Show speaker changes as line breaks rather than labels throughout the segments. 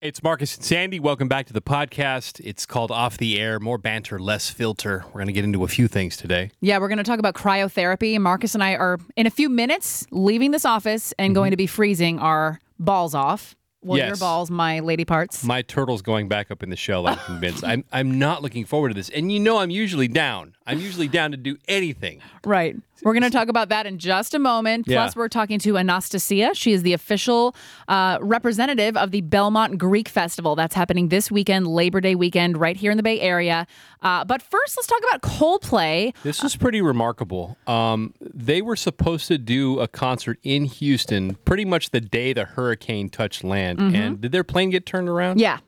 It's Marcus and Sandy. Welcome back to the podcast. It's called Off the Air More Banter, Less Filter. We're going to get into a few things today.
Yeah, we're going to talk about cryotherapy. Marcus and I are in a few minutes leaving this office and going to be freezing our balls off. Well, your
Mm-hmm. Yes.
balls, my lady parts.
My turtle's going back up in the shell, I'm convinced. I'm, I'm not looking forward to this. And you know, I'm usually down. I'm usually down to do anything.
Right. We're going to talk about that in just a moment.
Yeah.
Plus, we're talking to Anastasia. She is the official uh, representative of the Belmont Greek Festival. That's happening this weekend, Labor Day weekend, right here in the Bay Area. Uh, but first, let's talk about Coldplay.
This is pretty remarkable. Um, they were supposed to do a concert in Houston pretty much the day the hurricane touched land. And did their plane get turned around?
Yeah.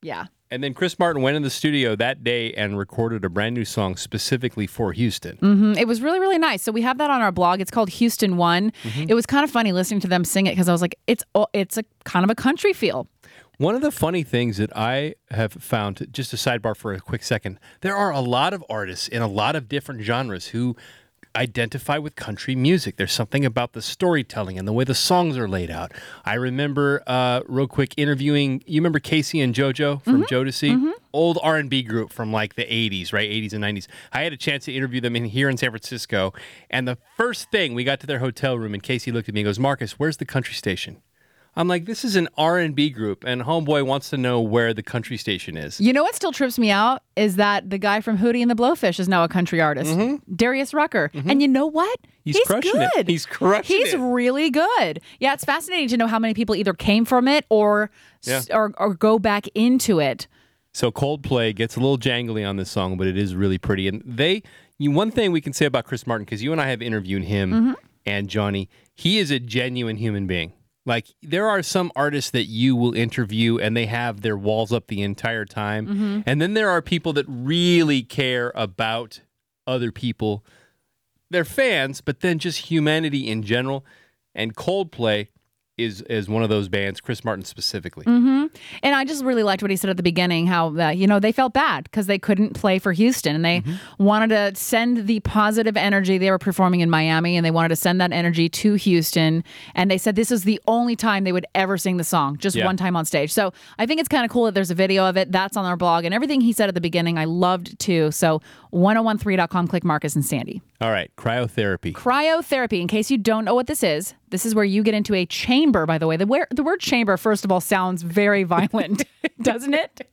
Yeah.
And then Chris Martin went in the studio that day and recorded a brand new song specifically for Houston.
Mm, It was really, really nice. So we have that on our blog. It's called Houston One.
Mm-hmm.
It was kind of funny listening to them sing it because I was like, it's all- it's a kind of a country feel.
One of the funny things that I have found, just a sidebar for a quick second, there are a lot of artists in a lot of different genres who identify with country music. There's something about the storytelling and the way the songs are laid out. I remember, uh, real quick, interviewing. You remember Casey and JoJo from Jodeci, old R and B group from like the '80s, right? '80s and '90s. I had a chance to interview them in here in San Francisco, and the first thing we got to their hotel room, and Casey looked at me and goes, "Marcus, where's the country station?" I'm like, this is an R and B group, and Homeboy wants to know where the country station is.
You know what still trips me out is that the guy from Hootie and the Blowfish is now a country artist, Darius Rucker. And you know what?
Mm-hmm. He's crushing it.
good.
He's crushing
He's
it.
really good. Yeah, it's fascinating to know how many people either came from it or s- or, or go back into it.
So Coldplay gets a little jangly on this song, but it is really pretty. And they, you, one thing we can say about Chris Martin, because you and I have interviewed him and Johnny, he is a genuine human being. Like there are some artists that you will interview and they have their walls up the entire time, and then there are people that really care about other people their fans, but then just humanity in general. And Coldplay is is one of those bands, Chris Martin specifically.
And I just really liked what he said at the beginning how, uh, you know, they felt bad because they couldn't play for Houston and they wanted to send the positive energy. They were performing in Miami and they wanted to send that energy to Houston. And they said this is the only time they would ever sing the song, just
Yeah.
one time on stage. So I think it's kind of cool that there's a video of it. That's on our blog. And everything he said at the beginning, I loved too. So 1013.com, click Marcus and Sandy.
All right, cryotherapy.
Cryotherapy, in case you don't know what this is, this is where you get into a chamber, by the way. The, where, the word chamber, first of all, sounds very violent, doesn't it?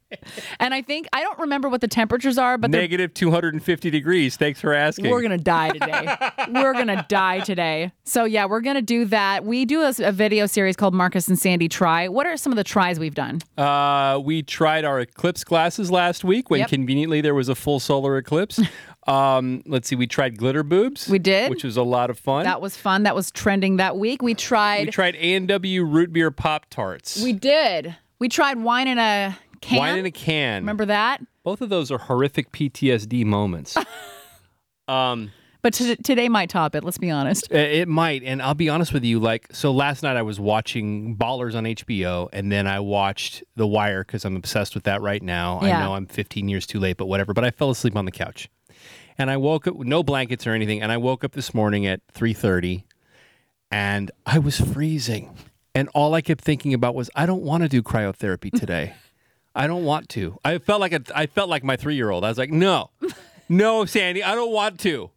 And I think, I don't remember what the temperatures are, but they're,
Negative 250 degrees. Thanks for asking.
we're going to die today. we're going to die today. So, yeah, we're going to do that. We do a, s- a video series called Marcus and Sandy Try. What are some of the tries we've done?
Uh, we tried our eclipse glasses last week when
Yep.
conveniently there was a full solar eclipse. um, let's see, we tried glitter boobs.
We did.
Which was a lot of fun.
That was fun. That was trending that week. We tried,
we tried A&W root beer Pop Tarts.
we did. We tried wine in a can.
Wine in a can.
Remember that?
Both of those are horrific PTSD moments. um,
But t- today might top it, let's be honest.
Uh, It might, and I'll be honest with you. Like, so last night I was watching Ballers on HBO, and then I watched The Wire because I'm obsessed with that right now. I
Yeah.
know I'm 15 years too late, but whatever. But I fell asleep on the couch, and I woke up no blankets or anything, and I woke up this morning at 3:30, and I was freezing, and all I kept thinking about was I don't want to do cryotherapy today. I don't want to. I felt like a, I felt like my three year old. I was like, no, no, Sandy, I don't want to.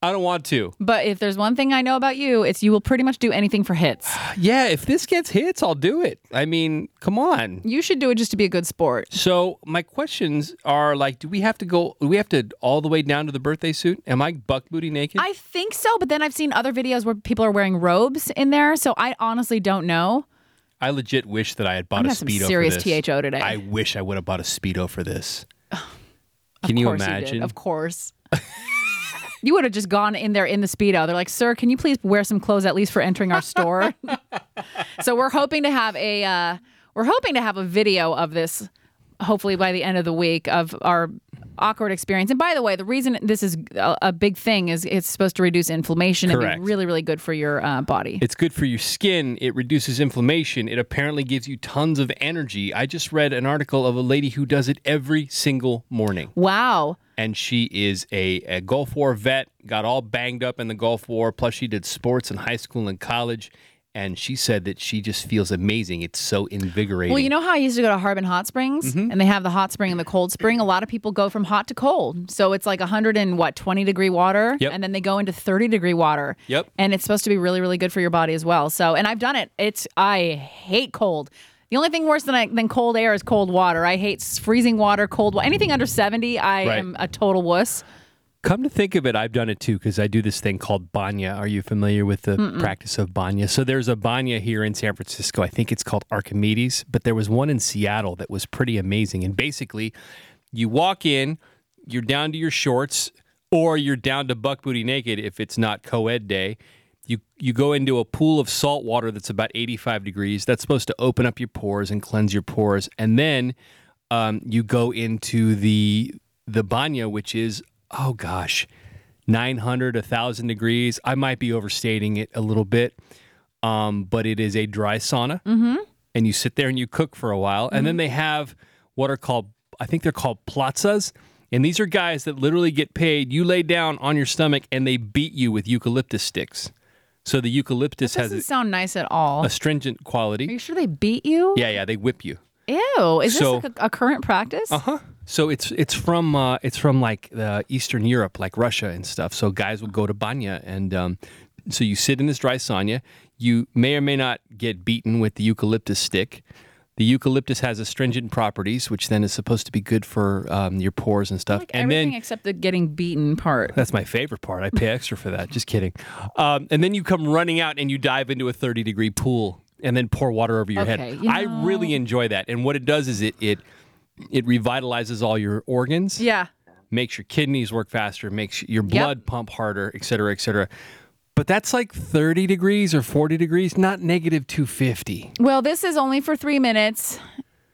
I don't want to.
But if there's one thing I know about you, it's you will pretty much do anything for hits.
Yeah, if this gets hits, I'll do it. I mean, come on.
You should do it just to be a good sport.
So my questions are like, do we have to go? Do we have to all the way down to the birthday suit? Am I buck booty naked?
I think so, but then I've seen other videos where people are wearing robes in there, so I honestly don't know.
I legit wish that I had bought
I'm
a
gonna have some
speedo. for
serious
this.
THO today.
I wish I would have bought a speedo for this.
Of
Can you
course did.
imagine?
Of course. you would have just gone in there in the speedo. They're like, "Sir, can you please wear some clothes at least for entering our store?" so we're hoping to have a uh, we're hoping to have a video of this hopefully by the end of the week of our awkward experience. And by the way, the reason this is a, a big thing is it's supposed to reduce inflammation
Correct.
and be really, really good for your uh, body.
It's good for your skin. It reduces inflammation. It apparently gives you tons of energy. I just read an article of a lady who does it every single morning.
wow.
and she is a, a Gulf War vet, got all banged up in the Gulf War. Plus, she did sports in high school and college. And she said that she just feels amazing. It's so invigorating.
Well, you know how I used to go to Harbin Hot Springs
Mm-hmm.
and they have the hot spring and the cold spring? A lot of people go from hot to cold. So it's like 100 and what, 20 degree water?
Yep.
And then they go into 30 degree water.
Yep.
And it's supposed to be really, really good for your body as well. So, and I've done it. It's, I hate cold. The only thing worse than I, than cold air is cold water. I hate s- freezing water, cold water. Anything under 70, I
Right.
am a total wuss.
Come to think of it, I've done it too because I do this thing called banya. Are you familiar with the practice of banya? So there's a banya here in San Francisco. I think it's called Archimedes, but there was one in Seattle that was pretty amazing. And basically, you walk in, you're down to your shorts, or you're down to buck booty naked if it's not co-ed day. You you go into a pool of salt water that's about 85 degrees. That's supposed to open up your pores and cleanse your pores, and then um, you go into the the banya, which is oh gosh, 900, 1,000 degrees. I might be overstating it a little bit, um, but it is a dry sauna. Mm-hmm. And you sit there and you cook for a while. And
Mm-hmm.
then they have what are called, I think they're called plazas. And these are guys that literally get paid. You lay down on your stomach and they beat you with eucalyptus sticks. So the eucalyptus has
Doesn't
a
sound nice at all.
astringent
Are
quality.
you sure they beat you?
Yeah, yeah, they whip you.
Ew. Is
So- Uh-huh.
this like a, a current practice?
Huh. So it's it's from uh, it's from like the Eastern Europe, like Russia and stuff. So guys will go to banya, and um, so you sit in this dry sauna. You may or may not get beaten with the eucalyptus stick. The eucalyptus has astringent properties, which then is supposed to be good for um, your pores and stuff.
Like
and
everything
then Uh,
except the getting beaten part.
that's my favorite part. I pay extra for that. Just kidding. Um, and then you come running out and you dive into a 30 degree pool and then pour water over your
Okay,
head.
you
I really enjoy that. And what it does is it it it revitalizes all your organs,
Yeah.
makes your kidneys work faster, makes your blood pump harder, et cetera, et cetera. But that's like 30 degrees or 40 degrees, not negative 250.
Well, this is only for three minutes.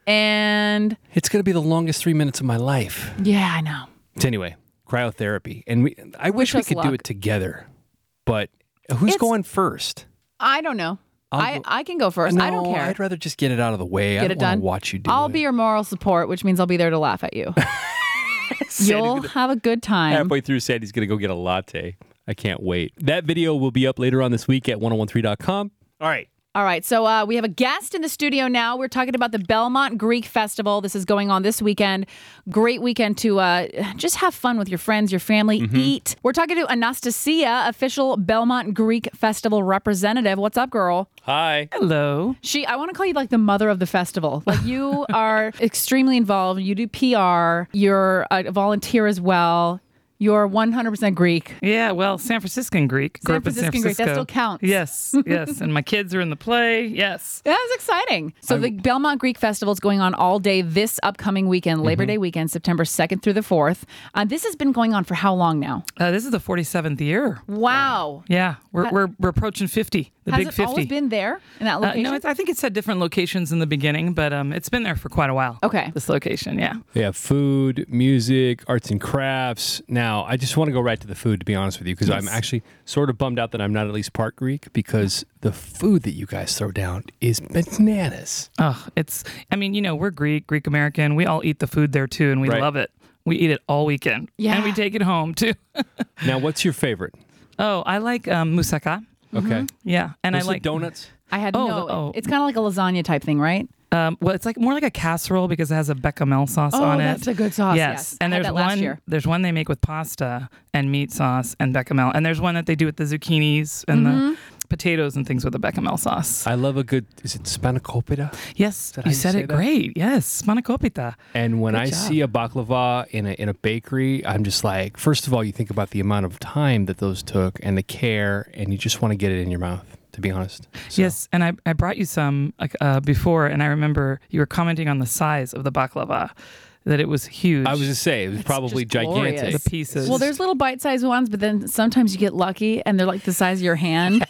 And
It's going to be the longest three minutes of my life.
yeah, I know.
So anyway, cryotherapy. And we, I wish we
us
could do
luck.
it together, but who's going first?
I don't know. I,
go-
I can go first. I don't
No,
care.
I'd rather just get it out of the way. I
Get
don't
it done.
wanna watch you do
I'll
it.
be your moral support, which means I'll be there to laugh at you. You'll have a good time.
halfway through. Sandy's gonna go get a latte. I can't wait. That video will be up later on this week at 1013.com. All right.
All right. So uh, we have a guest in the studio now. We're talking about the Belmont Greek Festival. This is going on this weekend. Great weekend to uh, just have fun with your friends, your family, eat. We're talking to Anastasia, official Belmont Greek Festival representative. What's up, girl?
Hi.
Hello.
She, I want to call you like the mother of the festival. Like you are extremely involved. You do PR. You're a volunteer as well. You're 100% Greek.
Yeah, well, San Franciscan Greek. Grew
San
up in San
Franciscan Greek, that still
Francisco.
counts.
Yes, yes. and my kids are in the play. Yes.
That was exciting. So the Belmont Greek Festival is going on all day this upcoming weekend, Labor Day weekend, September 2nd through the 4th. Uh, this has been going on for how long now?
Uh, this is the 47th year.
Wow.
Yeah, we're, we're, we're approaching 50, the
Has
big
it
50.
always been there in that
uh,
location?
no, it's, I think it's had different locations in the beginning, but um, it's been there for quite a while.
Okay.
This location, yeah.
They have food, music, arts and crafts. Now, I just want to go right to the food, to be honest with you, because I'm actually sort of bummed out that I'm not at least part Greek because the food that you guys throw down is bananas.
Oh, it's, I mean, you know, we're Greek, Greek American. We all eat the food there too, and we
Right.
love it. We eat it all weekend.
Yeah.
And we take it home too.
Now, what's your favorite?
oh, I like um, moussaka.
Okay.
Yeah. And I
Mostly
like
donuts.
Mm-hmm. I had
Oh,
no.
the- oh.
It's kind of like a lasagna type thing, right?
Um, well, it's like more like a casserole because it has a bechamel sauce
Oh,
on it.
that's a good sauce, yes.
and
I had that
there's
last
one.
year.
There's one they make with pasta and meat sauce and bechamel, and there's one that they do with the zucchinis and
Mm-hmm.
the potatoes and things with the bechamel sauce.
I love a good, is it spanakopita?
yes,
that how
you
you
said
say
it
that?
great. Yes, spanakopita.
And when
Good
I
job.
see a baklava in a in a bakery, I'm just like, first of all, you think about the amount of time that those took and the care, and you just want to get it in your mouth. To be honest, So-
Yes, and I, I brought you some like, uh, before, and I remember you were commenting on the size of the baklava, that it was huge.
I was just say it was probably
just
gigantic.
glorious.
the pieces.
Well, there's little bite-sized ones, but then sometimes you get lucky and they're like the size of your hand,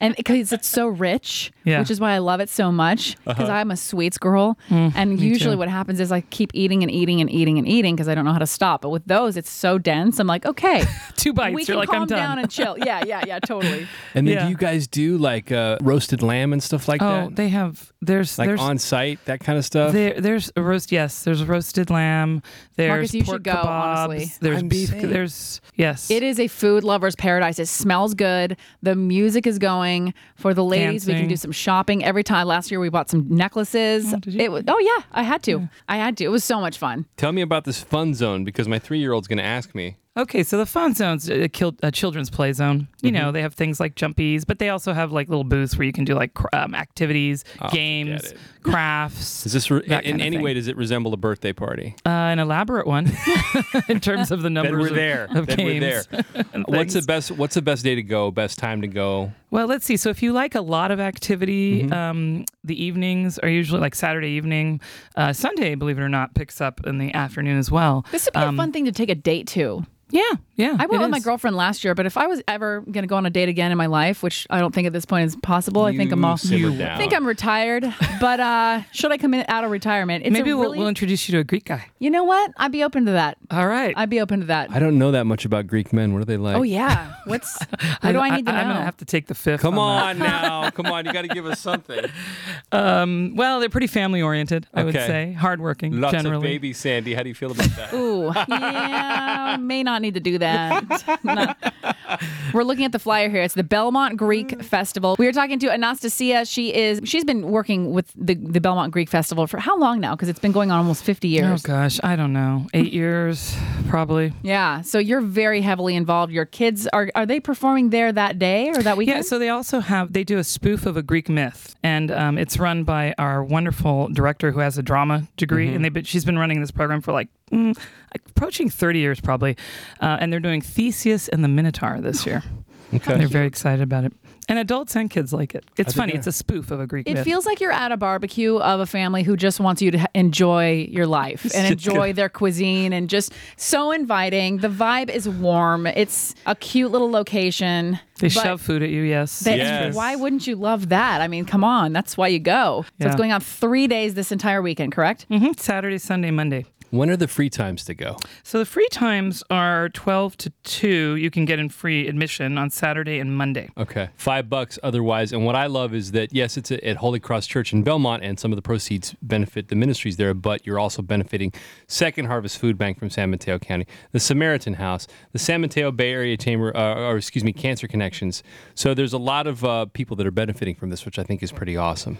and because it's so rich.
Yeah. Uh-huh.
which is why I love it so much because I'm a sweets girl.
Mm,
and usually, what happens is I keep eating and eating and eating and eating because I don't know how to stop. But with those, it's so dense. I'm like, okay,
Two bites.
we
You're
can
like,
calm
I'm done.
down and chill. Yeah, yeah, yeah, totally.
And then
Yeah.
do you guys do like uh, roasted lamb and stuff like
oh,
that?
they have there's
like
there's
on site, that kind of stuff?
there, there's a roast. Yes, there's roasted lamb. There's
Marcus, you should
pork
go,
kebabs.
honestly.
There's
I'm
beef.
saying.
There's yes.
It is a food lover's paradise. It smells good. The music is going for the ladies. We can
Dancing.
do some shopping every time. Last year we bought some necklaces.
did you?
It was, oh yeah, I had to. I had to. It was so much fun.
Tell me about this fun zone because my three year old's going to ask me.
Okay, so the fun zone's a, kil- a children's play zone. You
Mm-hmm.
know, they have things like jumpies, but they also have like little booths where you can do like cr- um, activities, games,
it.
crafts.
Is this re-
That
in
kinda
any
thing.
way does it resemble a birthday party?
uh, an elaborate one in terms of the
Then
numbers
we're
of-
there.
of
Then we're
games.
there.
and
What's the
things.
best? What's the best day to go? Best time to go?
Well, let's see. So if you like a lot of activity,
Mm-hmm.
um, the evenings are usually like Saturday evening. Uh, Sunday, believe it or not, picks up in the afternoon as well.
This would be a fun thing to take a date to.
Yeah, yeah.
I went
Um, it
with my
is.
girlfriend last year, but if I was ever going to go on a date again in my life, which I don't think at this point is possible, I think I'm
You
all.
simmer
you- I
I
down.
think I'm retired, but uh, should I come in out of retirement? It's
Maybe
a
we'll,
really,
we'll introduce you to a Greek guy.
you know what? I'd be open to that.
All right.
I'd be open to that.
I don't know that much about Greek men. What are they like?
oh yeah, what's what do I need to know?
I'm gonna have to take the fifth.
Come
on. that.
on now. Come on. You got to give us something.
Um, well, they're pretty family oriented, I would
Okay.
say. Hardworking,
Lots
generally.
of babies, Sandy. How do you feel about that?
Ooh, yeah, may not need to do that. No. We're looking at the flyer here. It's the Belmont Greek Festival. We are talking to Anastasia. She is she's been working with the, the Belmont Greek Festival for how long now? Because it's been going on almost fifty
Oh
years.
gosh, I don't know. Eight years, probably.
Yeah. So you're very heavily involved. Your kids are are they performing there that day or that weekend?
Yeah, so they also have they do a spoof of a Greek myth, and um, it's run by our wonderful director who has a drama degree,
Mm-hmm.
and they but she's been running this program for like mm, approaching thirty years probably, uh, and they're doing Theseus and the Minotaur this year.
Okay.
They're very excited about it, and adults and kids like it. It's
they
funny.
doing?
It's a spoof of a Greek
It
myth.
feels like you're at a barbecue of a family who just wants you to h- enjoy your life and enjoy their cuisine and just so inviting. The vibe is warm. It's a cute little location.
they
but
shove food at you. Yes.
they-
Yes.
Why wouldn't you love that? I mean, come on. That's why you go. So it's
Yeah.
going on three days this entire weekend, correct?
Mhm, Saturday, Sunday, Monday.
When are the free times to go?
So the free times are 12 to 2. You can get in free admission on Saturday and Monday.
Okay. Five bucks otherwise. And what I love is that, yes, it's at Holy Cross Church in Belmont, and some of the proceeds benefit the ministries there, but you're also benefiting Second Harvest Food Bank from San Mateo County, the Samaritan House, the San Mateo Bay Area Chamber, uh, or excuse me, Cancer Connections. So there's a lot of uh, people that are benefiting from this, which I think is pretty awesome.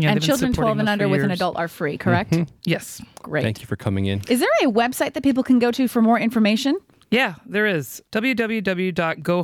Yeah,
and
they've been
children
supporting
12 and
this
under
for
with an
years. Mm-hmm.
adult are free, correct?
Yes.
Great.
Thank you for coming in.
Is there a website that people can go to for more information?
Yeah, there is.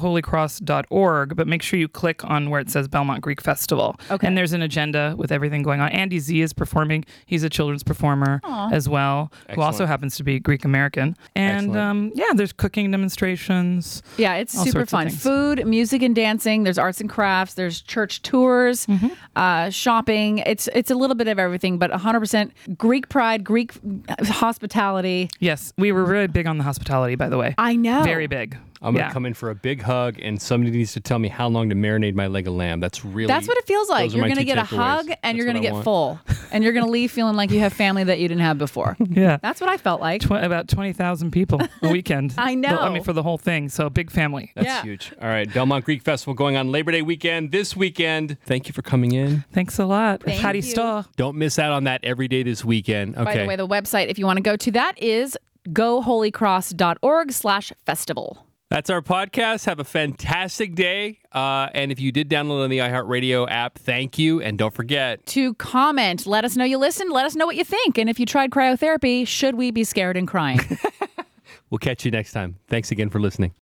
www.goholycross.org, but make sure you click on where it says Belmont Greek Festival.
Okay.
And there's an agenda with everything going on. Andy Z is performing. He's a children's performer as well, who also
Excellent.
happens to be Greek American. And
Excellent.
um, yeah, there's cooking demonstrations.
Yeah, it's
All
super
sorts of
fun.
things.
Food, music, and dancing. There's arts and crafts. There's church tours,
Mm-hmm.
uh, shopping. It's it's a little bit of everything, but 100% Greek pride, Greek hospitality.
Yes, we were really big on the hospitality, by the way.
I know.
Very big.
I'm going to
Yeah.
come in for a big hug, and somebody needs to tell me how long to marinate my leg of lamb. That's really
That's what it feels like.
those are
You're
my
gonna
two
get a
takeaways.
hug, and
That's
you're gonna
what I
get
want.
full, and you're gonna leave feeling like you have family that you didn't have before.
Yeah.
That's what I felt like.
Tw- about 20,000 people a weekend.
I
The- I
know.
mean, for the whole thing. So, big family.
That's
Yeah.
huge. All right, Belmont Greek Festival going on Labor Day weekend this weekend. Thank you for coming in.
Thanks a lot.
Thank
Hattie
you.
Stahl.
Don't miss out on that every day this weekend. Okay.
By the way, the website, if you want to go to that, is goholycross.org/festival.
That's our podcast. Have a fantastic day. Uh, and if you did download on the iHeartRadio app, thank you. And don't forget,
to comment. Let us know you listened. Let us know what you think. And if you tried cryotherapy, should we be scared and crying?
we'll catch you next time. Thanks again for listening.